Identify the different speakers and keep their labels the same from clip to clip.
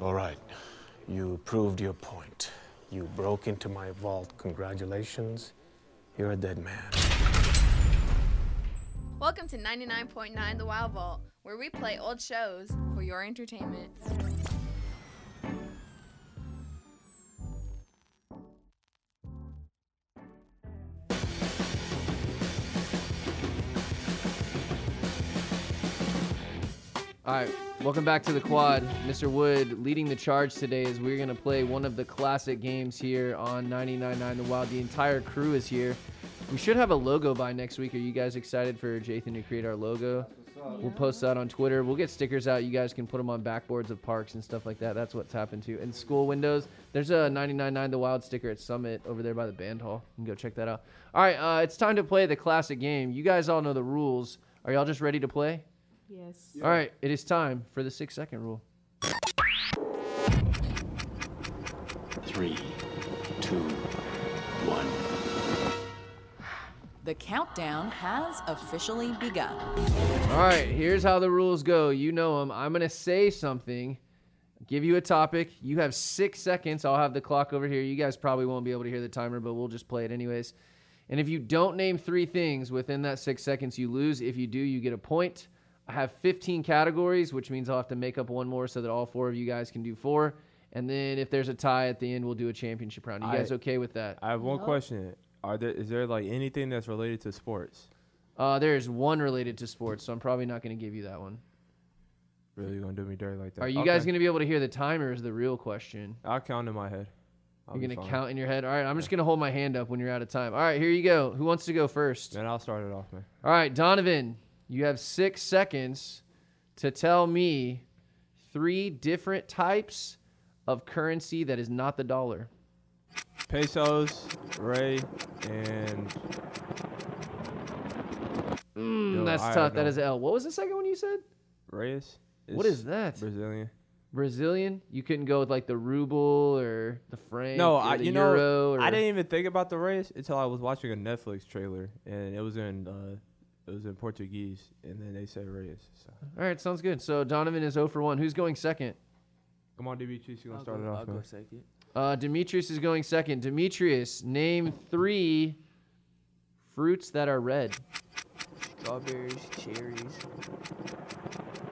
Speaker 1: All right. You proved your point. You broke into my vault. Congratulations. You're a dead man.
Speaker 2: Welcome to 99.9 The Wild Vault, where we play old shows for your entertainment.
Speaker 3: All right, welcome back to the quad. Mr. Wood leading the charge today as we're going to play one of the classic games here on 99.9 The Wild. The entire crew is here. We should have a logo by next week. Are you guys excited for Jathan to create our logo? We'll post that on Twitter. We'll get stickers out. You guys can put them on backboards of parks and stuff like that. That's what's happened to. And school windows. There's a 99.9 The Wild sticker at Summit over there by the band hall. You can go check that out. All right, uh, it's time to play the classic game. You guys all know the rules. Are y'all just ready to play?
Speaker 4: Yes.
Speaker 3: All right, it is time for the six second rule.
Speaker 1: Three, two, one.
Speaker 4: The countdown has officially begun.
Speaker 3: All right, here's how the rules go. You know them. I'm going to say something, give you a topic. You have six seconds. I'll have the clock over here. You guys probably won't be able to hear the timer, but we'll just play it anyways. And if you don't name three things within that six seconds, you lose. If you do, you get a point. I have 15 categories, which means I'll have to make up one more so that all four of you guys can do four. And then if there's a tie at the end, we'll do a championship round. You
Speaker 5: I-
Speaker 3: guys okay with that?
Speaker 5: I have one question. Are there is there like anything that's related to sports?
Speaker 3: Uh, there is one related to sports, so I'm probably not going to give you that one.
Speaker 5: Really gonna do me dirty like that?
Speaker 3: Are you guys gonna be able to hear the timer? Is the real question.
Speaker 5: I'll count in my head. I'll
Speaker 3: you're
Speaker 5: be
Speaker 3: gonna
Speaker 5: fine.
Speaker 3: count in your head. All right, I'm just gonna hold my hand up when you're out of time. All right, here you go. Who wants to go first?
Speaker 5: Man, I'll start it off, man.
Speaker 3: All right, Donovan, you have six seconds to tell me three different types of currency that is not the dollar.
Speaker 5: Pesos, Ray, and Yo,
Speaker 3: Mm, that's
Speaker 5: Oh, I
Speaker 3: tough.
Speaker 5: don't
Speaker 3: That
Speaker 5: know.
Speaker 3: is L. What was the second one you said?
Speaker 5: Reyes.
Speaker 3: What is that?
Speaker 5: Brazilian.
Speaker 3: Brazilian. You couldn't go with like the ruble or the franc.
Speaker 5: No,
Speaker 3: or
Speaker 5: I
Speaker 3: the
Speaker 5: you
Speaker 3: euro
Speaker 5: know
Speaker 3: or...
Speaker 5: I didn't even think about the Reyes until I was watching a Netflix trailer and it was in uh it was in Portuguese and then they said Reyes. So
Speaker 3: All right, sounds good. So Donovan is 0 for 1. Who's going second?
Speaker 5: come on, DB Chiefs, you gonna start it off, man.
Speaker 6: second.
Speaker 3: Uh, Demetrius is going second. Demetrius, name three fruits that are red.
Speaker 6: Strawberries, cherries,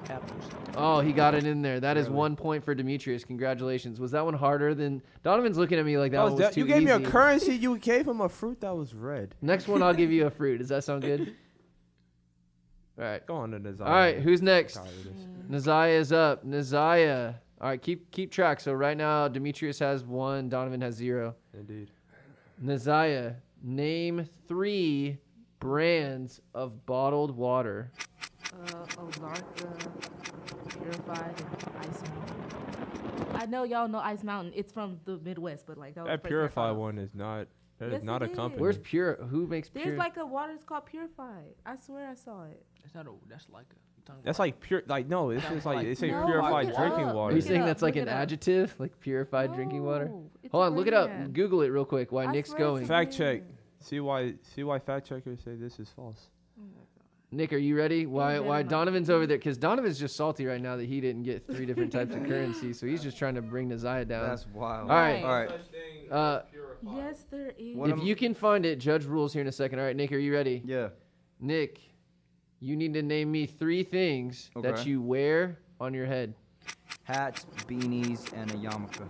Speaker 6: apples.
Speaker 3: Oh, he got it in there. That is one point for Demetrius. Congratulations. Was that one harder than Donovan's looking at me like that
Speaker 5: Oh,
Speaker 3: one
Speaker 5: That was
Speaker 3: was
Speaker 5: de-
Speaker 3: too
Speaker 5: you gave me a
Speaker 3: easy.
Speaker 5: currency. You gave him a fruit that was red.
Speaker 3: Next one, I'll give you a fruit. Does that sound good? All right.
Speaker 5: Go on to Nazar.
Speaker 3: All right.
Speaker 5: man.
Speaker 3: Who's next?
Speaker 5: Tired of
Speaker 7: Mm.
Speaker 5: this.
Speaker 3: Naziah is up. Naziah. All right. Keep keep track. So right now, Demetrius has one. Donovan has zero.
Speaker 5: Indeed.
Speaker 7: Oh,
Speaker 3: Naziah, name three brands of bottled water.
Speaker 7: uh, Olarka purified and Ice Mountain. I know y'all know Ice Mountain. It's from the Midwest, but like that, was the
Speaker 5: That
Speaker 7: first thing I thought
Speaker 5: Purify
Speaker 7: of.
Speaker 5: one is not. That is
Speaker 7: Yes,
Speaker 5: not
Speaker 7: it
Speaker 5: a
Speaker 7: is.
Speaker 5: company.
Speaker 3: Where's pure? Who makes
Speaker 7: There's
Speaker 3: pure?
Speaker 7: like a water that's called purified. I swear I saw it.
Speaker 6: That's not a. That's like a.
Speaker 5: That's like pure. Like no, this
Speaker 6: That
Speaker 5: is
Speaker 6: was
Speaker 5: like
Speaker 6: like
Speaker 5: it's a
Speaker 7: No,
Speaker 5: purified
Speaker 7: look it
Speaker 5: drinking
Speaker 7: up.
Speaker 3: Are
Speaker 5: water.
Speaker 3: you
Speaker 7: Look it
Speaker 3: saying
Speaker 7: up,
Speaker 3: that's like
Speaker 7: look
Speaker 3: an
Speaker 7: it up.
Speaker 3: adjective, like purified drinking water?
Speaker 7: No, it's
Speaker 3: Hold on, look it up.
Speaker 7: brand.
Speaker 3: Google it real quick. Why
Speaker 7: I
Speaker 3: Nick's
Speaker 7: swear
Speaker 3: going?
Speaker 7: it's a
Speaker 5: Fact check.
Speaker 7: brand.
Speaker 5: See why? See why fact checkers say this is false.
Speaker 3: Nick, are you ready? Why?
Speaker 7: ready,
Speaker 3: Why
Speaker 7: Mike.
Speaker 3: Donovan's over there? Because Donovan's just salty right now that he didn't get three different types of currency, so he's just trying to bring Naziah down.
Speaker 8: That's wild.
Speaker 3: All right.
Speaker 7: All
Speaker 8: All right.
Speaker 3: uh,
Speaker 7: Yes, there is.
Speaker 8: What
Speaker 3: if
Speaker 8: am-
Speaker 3: you can find it, judge rules here in a second. All right, Nick, are you ready?
Speaker 8: Yeah.
Speaker 3: Nick, you need to name me three things that
Speaker 8: Okay.
Speaker 3: you wear on your head.
Speaker 8: Hats, beanies, and a yarmulke.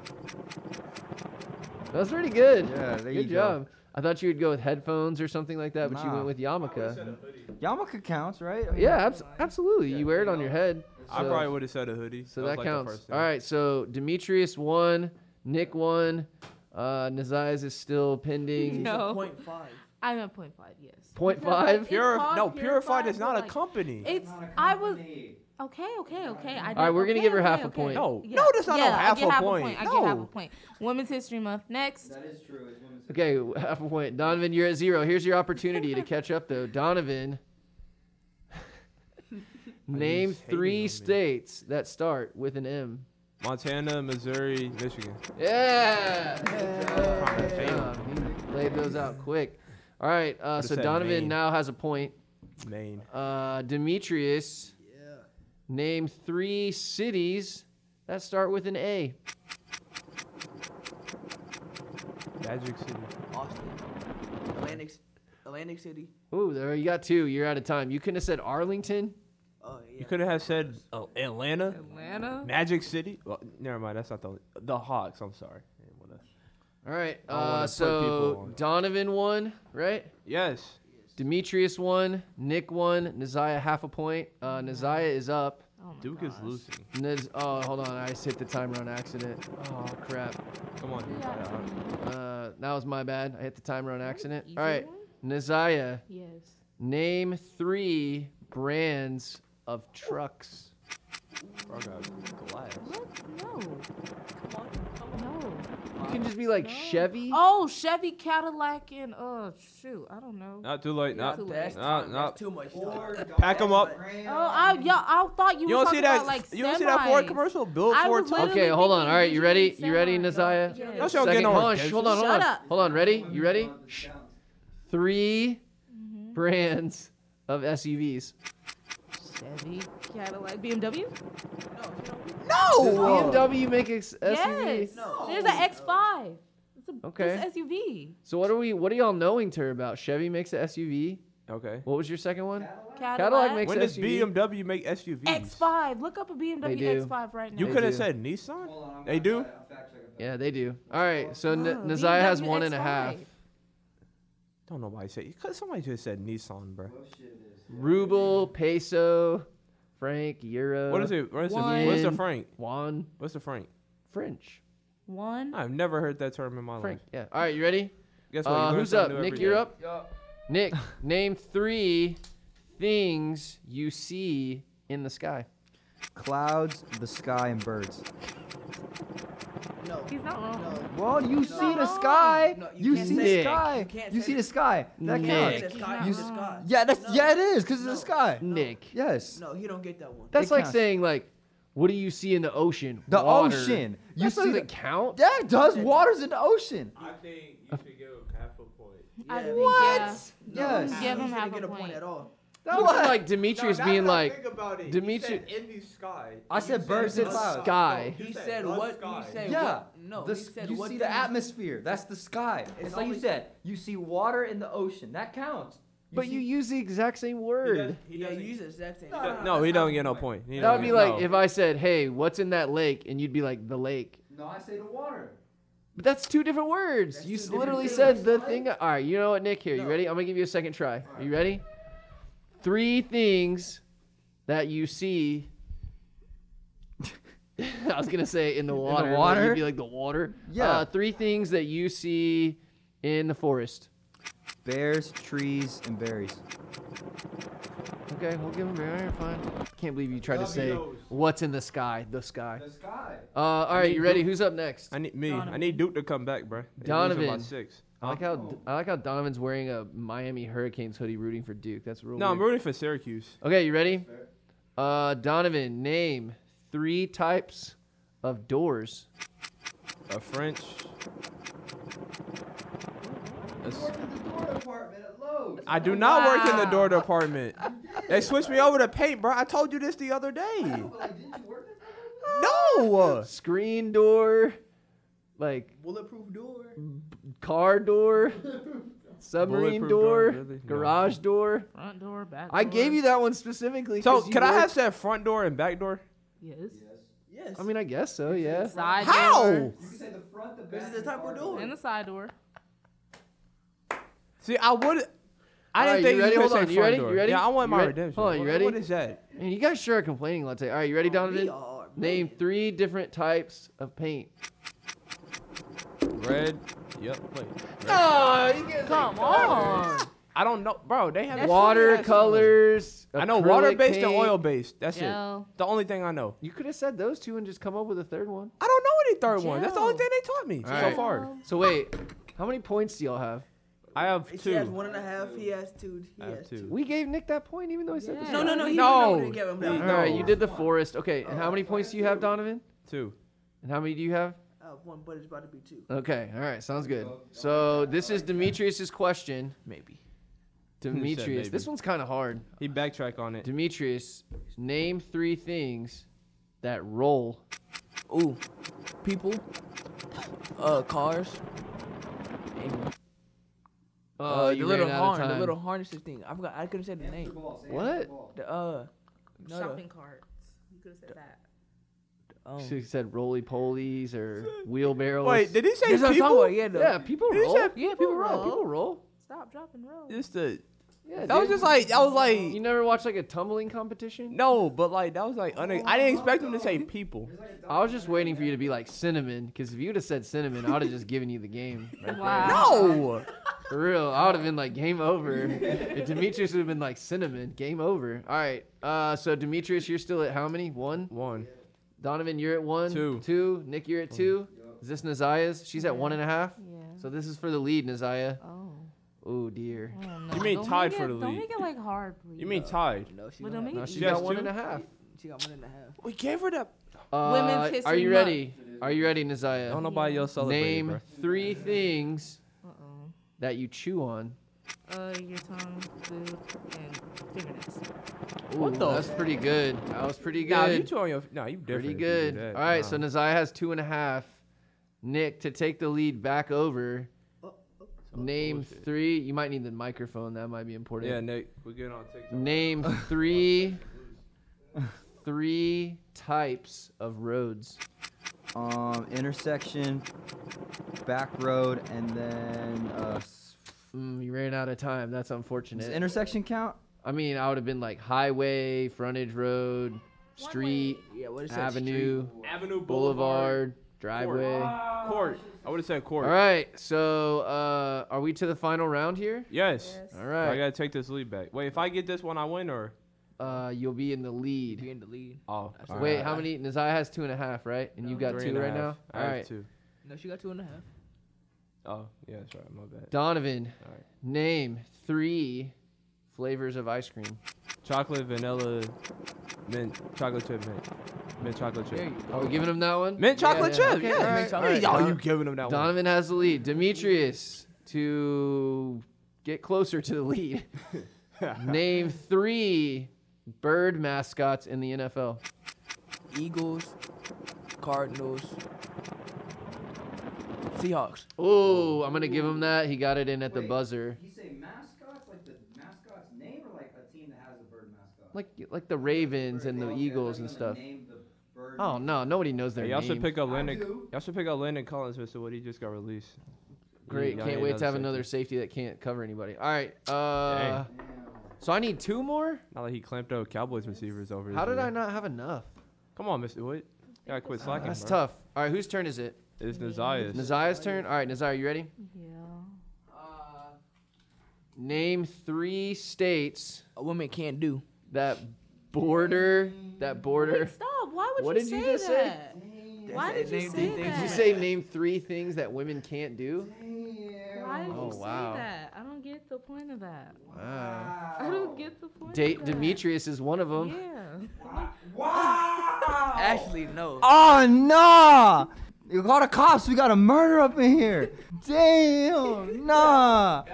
Speaker 3: That's pretty good.
Speaker 8: Yeah, there
Speaker 3: good
Speaker 8: you go.
Speaker 3: job. I thought you would go with headphones or something like that, but you
Speaker 8: Nah.
Speaker 3: went with yarmulke.
Speaker 8: Yarmulke counts, right? I mean,
Speaker 3: Yeah, abs- absolutely. you wear it on your head.
Speaker 5: I
Speaker 3: so-
Speaker 5: probably would have said a hoodie.
Speaker 3: So
Speaker 5: was
Speaker 3: that
Speaker 5: like the
Speaker 3: counts.
Speaker 5: first thing.
Speaker 3: All right. So Demetrius won. Nick won. Uh, Nazias is still pending.
Speaker 7: No.
Speaker 6: Point five.
Speaker 7: I'm at point five. Yes.
Speaker 3: Point
Speaker 7: Because, like,
Speaker 3: five?
Speaker 7: it's
Speaker 5: Purif-
Speaker 7: called
Speaker 5: no, purified is
Speaker 7: but,
Speaker 5: not a
Speaker 7: like,
Speaker 5: company.
Speaker 7: It's. I was. Okay, okay, okay. I
Speaker 3: All right,
Speaker 7: did-
Speaker 3: we're gonna
Speaker 7: okay,
Speaker 3: give her
Speaker 7: okay,
Speaker 3: half a
Speaker 7: okay.
Speaker 3: point.
Speaker 5: No. No, that's not no
Speaker 7: yeah, I
Speaker 5: half
Speaker 7: get
Speaker 5: a
Speaker 7: half
Speaker 5: point.
Speaker 7: A point. I get half a
Speaker 5: No.
Speaker 7: point. Women's History Month next.
Speaker 8: That is true. It's women's
Speaker 3: Okay, half a point. Donovan, you're at zero. Here's your opportunity to catch up, though. Donovan, name
Speaker 5: hating on
Speaker 3: three
Speaker 5: me?
Speaker 3: states that start with an M.
Speaker 5: Montana, Missouri, Michigan.
Speaker 3: Yeah. Good job. He laid those out quick. All right. Uh,
Speaker 5: Would've
Speaker 3: so
Speaker 5: said
Speaker 3: Donovan
Speaker 5: Maine.
Speaker 3: now has a point.
Speaker 5: Maine.
Speaker 3: Uh, Demetrius, name three cities that start with an A.
Speaker 5: Magic City.
Speaker 6: Austin, Atlantic, Atlantic City.
Speaker 3: Ooh, there you got two. You're out of time. You couldn't have said Arlington.
Speaker 6: Oh yeah.
Speaker 5: You could have said uh, Atlanta,
Speaker 7: Atlanta.
Speaker 5: Magic City. Well, never mind. That's not the the Hawks. I'm sorry. I didn't wanna-
Speaker 3: All right.
Speaker 5: I wanna
Speaker 3: Uh,
Speaker 5: put people
Speaker 3: so
Speaker 5: on.
Speaker 3: Donovan won, right?
Speaker 5: Yes.
Speaker 3: Demetrius won. Nick won. Naziah half a point. Uh, Naziah is up.
Speaker 7: Oh my
Speaker 5: Duke is
Speaker 7: gosh.
Speaker 5: losing.
Speaker 3: Naz- oh, hold on. I just hit the timer on accident. Oh, crap.
Speaker 5: Come on. Duke.
Speaker 7: Yeah.
Speaker 3: Uh, that was my bad. I hit the timer on accident.
Speaker 7: easy
Speaker 3: All right.
Speaker 7: one?
Speaker 3: Naziah,
Speaker 7: Yes.
Speaker 3: name three brands of trucks.
Speaker 5: Frog out. Glass.
Speaker 7: What? No.
Speaker 6: Come on, come on.
Speaker 7: No.
Speaker 3: You can just be like
Speaker 7: No.
Speaker 3: Chevy.
Speaker 7: Oh, Chevy, Cadillac, and uh, shoot, I don't know.
Speaker 5: Not too late. Not
Speaker 7: too late.
Speaker 6: That's
Speaker 5: No,
Speaker 6: time.
Speaker 5: no.
Speaker 6: That's too much time.
Speaker 5: Pack 'em up.
Speaker 7: Oh, I y'all, I thought you,
Speaker 5: You
Speaker 7: were
Speaker 5: don't see
Speaker 7: talking
Speaker 5: that?
Speaker 7: about like
Speaker 5: you don't see that Ford
Speaker 7: semis.
Speaker 5: commercial? Built
Speaker 7: I
Speaker 5: Ford.
Speaker 7: was
Speaker 5: Taurus?
Speaker 3: Okay,
Speaker 7: literally
Speaker 3: hold on.
Speaker 7: thinking
Speaker 3: All right, you ready?
Speaker 7: visually
Speaker 3: You ready,
Speaker 7: semi,
Speaker 3: Naziah?
Speaker 7: though.
Speaker 5: That's
Speaker 7: Yes.
Speaker 5: y'all getting
Speaker 3: Second, hold on,
Speaker 5: organized.
Speaker 3: sh- hold on, hold on,
Speaker 7: Shut up.
Speaker 3: hold on. Ready? You ready? Sh- Three
Speaker 7: Mm-hmm.
Speaker 3: brands of SUVs.
Speaker 7: Chevy, Cadillac, BMW.
Speaker 3: Does BMW make ex-
Speaker 7: Yes.
Speaker 3: SUVs?
Speaker 7: There's an X5. It's a
Speaker 3: Okay.
Speaker 7: it's a SUV.
Speaker 3: So what are we? What are y'all knowing to her about? Chevy makes a SUV.
Speaker 5: Okay.
Speaker 3: What was your second one?
Speaker 7: Cadillac,
Speaker 3: makes-
Speaker 5: When does
Speaker 3: SUV.
Speaker 5: BMW make SUVs?
Speaker 7: X5. Look up a BMW
Speaker 3: do.
Speaker 7: X5 right now.
Speaker 5: You
Speaker 3: They
Speaker 5: could have
Speaker 3: do.
Speaker 5: said Nissan. They do.
Speaker 3: Yeah, they do. All right, so N-
Speaker 7: Oh,
Speaker 3: Naziah has
Speaker 7: BMW
Speaker 3: one and a half.
Speaker 7: X5.
Speaker 5: Don't nobody say. Cause somebody just said Nissan, bro.
Speaker 3: Ruble, peso, franc, euro.
Speaker 5: What is it? What is it? What's the
Speaker 3: One.
Speaker 5: franc?
Speaker 3: Yuan,
Speaker 5: What's the franc?
Speaker 3: French,
Speaker 7: One.
Speaker 5: I've never heard that term in my
Speaker 3: franc.
Speaker 5: life.
Speaker 3: Yeah. All right, you ready?
Speaker 5: Guess Oh. what? You
Speaker 3: Uh,
Speaker 5: learn
Speaker 3: who's up?
Speaker 5: something new
Speaker 3: Nick,
Speaker 5: every
Speaker 3: you're
Speaker 5: day.
Speaker 3: up. Nick, name three things you see in the sky.
Speaker 8: Clouds, the sky, and birds.
Speaker 6: No.
Speaker 7: He's not wrong.
Speaker 6: No.
Speaker 8: Well, you see the
Speaker 7: No.
Speaker 8: sky.
Speaker 6: No, you
Speaker 8: you
Speaker 6: can't
Speaker 8: see
Speaker 3: say that.
Speaker 8: the sky.
Speaker 6: You can't
Speaker 8: You
Speaker 6: say
Speaker 8: see
Speaker 6: that.
Speaker 8: the sky. That
Speaker 3: No.
Speaker 8: counts.
Speaker 6: It's Scott.
Speaker 8: You
Speaker 6: It's
Speaker 8: s-
Speaker 6: Scott.
Speaker 8: Yeah, that's
Speaker 6: No.
Speaker 8: yeah, it is, cause
Speaker 6: No.
Speaker 8: it's the sky.
Speaker 3: Nick.
Speaker 8: Yes.
Speaker 6: No, he don't get that one.
Speaker 3: That's
Speaker 8: It
Speaker 3: like
Speaker 8: counts.
Speaker 3: saying like, what do you see in the ocean?
Speaker 8: The
Speaker 3: Water.
Speaker 8: ocean. You
Speaker 3: That
Speaker 8: see
Speaker 3: doesn't
Speaker 8: the-
Speaker 3: count.
Speaker 8: Yeah, it does. Water's in the ocean.
Speaker 5: I think you should give half a point.
Speaker 7: I
Speaker 6: Yeah.
Speaker 7: think, yeah.
Speaker 8: Yes.
Speaker 7: Give
Speaker 6: he
Speaker 7: him
Speaker 6: shouldn't
Speaker 7: half a
Speaker 6: get a
Speaker 7: point.
Speaker 6: point at all.
Speaker 3: Look at, like Demetrius being like
Speaker 5: about it,
Speaker 3: you Dimitri- said
Speaker 5: in the sky.
Speaker 8: I said birds and
Speaker 6: the
Speaker 8: clouds.
Speaker 3: sky.
Speaker 5: You
Speaker 6: He
Speaker 5: said
Speaker 6: said
Speaker 5: the
Speaker 6: what?
Speaker 5: sky.
Speaker 6: He said
Speaker 8: Yeah.
Speaker 6: what? No.
Speaker 8: The
Speaker 6: he
Speaker 8: s-
Speaker 6: said
Speaker 8: you
Speaker 6: what
Speaker 8: see the
Speaker 6: things-
Speaker 8: atmosphere. That's the sky. It's, like you
Speaker 6: always-
Speaker 8: said. You see water in the ocean. That counts. You
Speaker 3: But
Speaker 8: see-
Speaker 3: you use the exact same word.
Speaker 6: Yeah, you use the exact same.
Speaker 5: No, no, he don't get no point. He
Speaker 3: That
Speaker 5: don't
Speaker 3: would be
Speaker 5: get-
Speaker 3: like
Speaker 5: no.
Speaker 3: if I said, "Hey, what's in that lake?" and you'd be like, "The lake."
Speaker 8: No, I say the water.
Speaker 3: But that's two different words. you s- literally said the thing. All right, you know what, Nick? Here, you ready? I'm gonna give you a second try. Are you ready? Three things that you see. I was gonna say in the water. but
Speaker 8: water?
Speaker 3: You'd be like the water.
Speaker 8: Yeah.
Speaker 3: Uh, three things that you see in the forest.
Speaker 8: Bears, trees, and berries.
Speaker 3: Okay, we'll give him. All right, fine. Can't believe you tried to
Speaker 1: Love
Speaker 3: say
Speaker 1: those.
Speaker 3: what's in the sky. The sky.
Speaker 8: sky.
Speaker 3: Uh, all right, you ready? Who's up next?
Speaker 5: I need me. I need Duke to come back, bro. By
Speaker 3: Donovan.
Speaker 5: six.
Speaker 3: I like how I like how Donovan's wearing a Miami Hurricanes hoodie, rooting for Duke. That's real.
Speaker 5: No, I'm
Speaker 3: weird.
Speaker 5: rooting for Syracuse.
Speaker 3: okay, you ready? Uh, Donovan, name three types of doors.
Speaker 5: A French. a s- I do not work in the door department. They switched me over to paint, bro. I told you this the other day.
Speaker 3: uh.
Speaker 5: No.
Speaker 3: Screen door, like
Speaker 6: Bulletproof door.
Speaker 3: car door, submarine
Speaker 5: Bulletproof
Speaker 3: door,
Speaker 5: door, really? No.
Speaker 3: garage door.
Speaker 7: Front door, back door.
Speaker 3: I gave you that one specifically.
Speaker 5: So
Speaker 3: 'cause you
Speaker 5: could I
Speaker 3: work-
Speaker 5: have said front door and back door?
Speaker 7: Yes.
Speaker 6: Yes.
Speaker 3: I mean, I guess so. Yeah.
Speaker 7: Side
Speaker 5: How?
Speaker 7: door.
Speaker 6: this is the type we're doing.
Speaker 7: And the side door.
Speaker 5: See, I would.
Speaker 3: All
Speaker 5: I didn't
Speaker 3: right,
Speaker 5: think
Speaker 3: you ready?
Speaker 5: could
Speaker 3: Hold
Speaker 5: say
Speaker 3: on, you
Speaker 5: front
Speaker 3: ready?
Speaker 5: door.
Speaker 3: You ready?
Speaker 5: Yeah, I want
Speaker 3: You
Speaker 5: my
Speaker 3: ready?
Speaker 5: redemption.
Speaker 3: Hold on, you
Speaker 5: What-
Speaker 3: ready?
Speaker 5: What is that?
Speaker 3: Man, you guys sure are complaining. Let's say. All right, you ready, Donovan?
Speaker 6: We are
Speaker 3: Name
Speaker 6: brilliant.
Speaker 3: three different types of paint.
Speaker 5: Red. Yep. Wait.
Speaker 3: Oh, you guys
Speaker 7: Come on.
Speaker 5: I don't know, bro. They have
Speaker 3: Water colors.
Speaker 5: I know
Speaker 3: acrylic
Speaker 5: water based and
Speaker 3: paint.
Speaker 5: oil based. That's
Speaker 7: Gel.
Speaker 5: it. The only thing I know.
Speaker 3: You could have said those two and just come up with a third one.
Speaker 5: I don't know any third one. That's the only
Speaker 7: Gel.
Speaker 5: thing they taught me so
Speaker 3: Alright.
Speaker 5: far.
Speaker 6: Um,
Speaker 3: So wait, how many points do y'all have?
Speaker 5: I have
Speaker 6: She has
Speaker 5: two.
Speaker 6: one and a half. He has two. He
Speaker 5: I have
Speaker 6: has two.
Speaker 5: two.
Speaker 3: We gave Nick that point, even though he said this.
Speaker 6: No, no, no. He
Speaker 5: No.
Speaker 6: no. Give Oh, him
Speaker 5: All
Speaker 3: All
Speaker 6: that.
Speaker 3: right,
Speaker 5: No.
Speaker 3: you did the forest. Okay, and how many points do you have, Donovan?
Speaker 5: Two.
Speaker 3: And how many do you have?
Speaker 6: I have one, but it's about to be two.
Speaker 3: Okay, all right, sounds good. So this is Demetrius's question.
Speaker 6: Maybe.
Speaker 3: Demetrius,
Speaker 5: maybe.
Speaker 3: this one's kind of hard.
Speaker 5: He backtrack on it.
Speaker 3: Demetrius, name three things that roll.
Speaker 9: Ooh, people, uh, cars, and
Speaker 3: Oh,
Speaker 9: uh, the
Speaker 3: you
Speaker 9: little
Speaker 3: ran out of
Speaker 9: harness, the
Speaker 3: time.
Speaker 9: little harnesses thing. I forgot. I couldn't say the name.
Speaker 3: What?
Speaker 9: The uh, no, the-
Speaker 7: Shopping carts. You could have said that.
Speaker 5: Oh.
Speaker 9: um,
Speaker 3: She said roly polies or wheelbarrows.
Speaker 5: Wait, did he say
Speaker 9: that's what I'm talking
Speaker 5: people?
Speaker 9: about. Yeah, the,
Speaker 3: yeah, people
Speaker 5: Did he
Speaker 3: roll.
Speaker 5: say
Speaker 3: yeah, people roll. People roll.
Speaker 7: Stop, drop, and roll.
Speaker 5: Just the,
Speaker 3: Yeah,
Speaker 5: that was
Speaker 3: dude.
Speaker 5: just like I was like
Speaker 3: You never watched like a tumbling competition?
Speaker 5: no, but like that was like une- I didn't expect him to say people.
Speaker 3: I was just waiting for you to be like cinnamon, because if you'd have said cinnamon, I would have just given you the game. Right
Speaker 7: Wow.
Speaker 5: No,
Speaker 3: For real, I would have been like game over. and Demetrius would have been like cinnamon, game over. All right. Uh, so Demetrius, you're still at how many? One.
Speaker 5: one.
Speaker 3: Donovan, you're at one.
Speaker 5: Two.
Speaker 3: Two. Nick, you're at two. Is this Nazia's? She's at one and a half.
Speaker 7: Yeah.
Speaker 3: So this is for the lead, Naziah.
Speaker 7: Oh.
Speaker 3: Oh dear.
Speaker 7: I don't know.
Speaker 5: You mean
Speaker 7: Don't
Speaker 5: tied
Speaker 7: make
Speaker 5: for
Speaker 7: it-
Speaker 5: the
Speaker 7: Don't
Speaker 5: lead.
Speaker 7: make it like hard, please.
Speaker 5: You mean tied?
Speaker 9: no, she,
Speaker 7: But
Speaker 9: don't
Speaker 7: don't make
Speaker 9: have-
Speaker 3: Now
Speaker 7: it
Speaker 3: she
Speaker 7: easy.
Speaker 5: has
Speaker 3: got one
Speaker 5: two?
Speaker 3: and a half.
Speaker 9: she got one and a half.
Speaker 5: We gave her the.
Speaker 3: Uh,
Speaker 7: Women's
Speaker 3: are you
Speaker 7: History
Speaker 3: ready? Are you ready, Naziah?
Speaker 5: Don't nobody else celebrate,
Speaker 3: Name
Speaker 5: bro.
Speaker 3: three things
Speaker 7: Uh-oh.
Speaker 3: that you chew on.
Speaker 7: Uh, your tongue, food, and fingernails.
Speaker 3: Ooh,
Speaker 5: What the
Speaker 3: That's pretty good. That was pretty good.
Speaker 5: Nah, you two on your. Nah, you
Speaker 3: pretty
Speaker 5: definitely
Speaker 3: good.
Speaker 5: That.
Speaker 3: All right,
Speaker 5: nah.
Speaker 3: so Naziah has two and a half. Nick to take the lead back over. Name
Speaker 5: bullshit.
Speaker 3: three. You might need the microphone. That might be important.
Speaker 5: yeah, Nick, we're good on TikTok.
Speaker 3: Name three. three types of roads.
Speaker 8: Um, intersection, back road, and then uh, s-
Speaker 3: Mm, you ran out of time. That's
Speaker 8: does
Speaker 3: unfortunate.
Speaker 8: intersection count?
Speaker 3: I mean, I would have been like highway, frontage road, street,
Speaker 9: Yeah, what is that?
Speaker 3: avenue,
Speaker 5: Avenue
Speaker 3: boulevard, driveway.
Speaker 5: Court. I would have said court.
Speaker 3: All right, so uh, are we to the final round here?
Speaker 5: Yes.
Speaker 3: All
Speaker 5: I
Speaker 3: right,
Speaker 5: gotta take this lead back. Wait, if I get this one, I win or?
Speaker 3: uh, you'll be in the
Speaker 9: Street. Be
Speaker 3: lead.
Speaker 9: in the lead.
Speaker 5: Oh, all
Speaker 3: Wait,
Speaker 5: right.
Speaker 3: how many? Naziah has two and a half, right? And you've got
Speaker 5: Uh, Three
Speaker 3: two
Speaker 5: and a
Speaker 3: right
Speaker 5: half.
Speaker 3: now.
Speaker 5: I
Speaker 3: All
Speaker 5: have
Speaker 3: right,
Speaker 5: two.
Speaker 9: No, she got two and a half.
Speaker 5: Oh, yeah, that's right. My bad.
Speaker 3: Donovan,
Speaker 5: All right.
Speaker 3: name three flavors of ice cream.
Speaker 5: Chocolate, vanilla, mint, chocolate chip, mint, mint chocolate
Speaker 9: There you
Speaker 5: chip,
Speaker 9: go.
Speaker 3: Are we giving him that one?
Speaker 5: mint chocolate
Speaker 3: yeah,
Speaker 5: chip.
Speaker 3: okay,
Speaker 5: yeah.
Speaker 3: all
Speaker 9: right, all right.
Speaker 5: Y'all,
Speaker 3: Don-
Speaker 5: you giving him that one?
Speaker 3: Donovan has the lead. Demetrius to get closer to the lead. Name three bird mascots in the NFL.
Speaker 9: Eagles, Cardinals, Seahawks.
Speaker 3: Oh, I'm gonna give him that. He got it in at the buzzer.
Speaker 8: You say mascots like the mascot's name, or like a team that has a bird mascot?
Speaker 3: Like like the Ravens and the Eagles and stuff. Oh no, nobody knows their
Speaker 5: Hey, y'all
Speaker 3: name.
Speaker 5: should pick up
Speaker 8: I
Speaker 5: Landon.
Speaker 8: do.
Speaker 5: Y'all should pick up Landon Collins, Mr. Wood. He just got released.
Speaker 3: Great,
Speaker 5: Y'all
Speaker 3: can't
Speaker 5: need
Speaker 3: wait to have
Speaker 5: safety.
Speaker 3: another safety that can't cover anybody. All right, uh, so I need two more.
Speaker 5: Not like he clamped out Cowboys receivers over.
Speaker 3: How
Speaker 5: his
Speaker 3: did I
Speaker 5: ear.
Speaker 3: not have enough?
Speaker 5: Come on, Mr. Wood. Gotta quit slacking.
Speaker 3: That's
Speaker 5: bro.
Speaker 3: tough. All right, whose turn is it?
Speaker 5: It's Nazias.
Speaker 3: Naziah's turn. All right, Naziah, you ready? Uh,
Speaker 7: Yeah.
Speaker 3: Name three states
Speaker 9: A woman can't do.
Speaker 3: that border that border.
Speaker 7: Wait, stop. Why would
Speaker 3: What
Speaker 7: you
Speaker 3: did
Speaker 7: say
Speaker 3: you just say?
Speaker 7: that? Why did
Speaker 9: They- they-
Speaker 7: you say
Speaker 9: they-
Speaker 7: that?
Speaker 3: Did you say name three things that women can't do?
Speaker 7: Why did
Speaker 3: Oh,
Speaker 7: you
Speaker 3: wow.
Speaker 7: say that? I don't get the point of that.
Speaker 3: Wow.
Speaker 7: I don't get the point.
Speaker 3: Date
Speaker 7: of that.
Speaker 3: Demetrius is one of them.
Speaker 7: Yeah.
Speaker 9: Actually, no.
Speaker 8: Oh nah! You got a cops. We got a murder up in here. Damn, nah.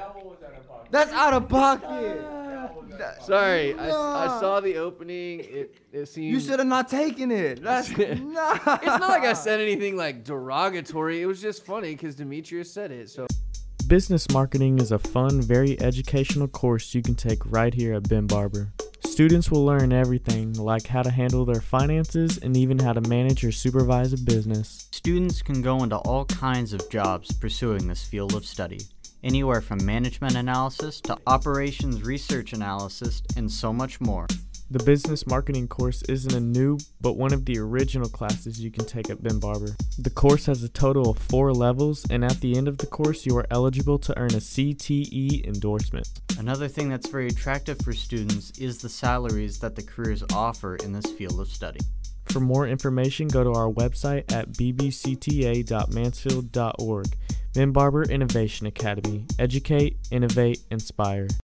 Speaker 8: That's out of pocket.
Speaker 3: Sorry, I, I
Speaker 8: No.
Speaker 3: saw the opening. It it seemed
Speaker 8: You should have not taken it. That's nah.
Speaker 3: It's not like I said anything like derogatory. It was just funny because Demetrius said it. So
Speaker 10: Business marketing is a fun, very educational course you can take right here at Ben Barber. Students will learn everything like how to handle their finances and even how to manage or supervise a business.
Speaker 11: Students can go into all kinds of jobs pursuing this field of study, anywhere from management analysis to operations research analysis and so much more.
Speaker 10: The business marketing course isn't a new, but one of the original classes you can take at Ben Barber. The course has a total of four levels, and at the end of the course, you are eligible to earn a CTE endorsement.
Speaker 11: Another thing that's very attractive for students is the salaries that the careers offer in this field of study.
Speaker 10: For more information, go to our website at E bbcta.mansfield.org. Ben Barber Innovation Academy. Educate, innovate, inspire.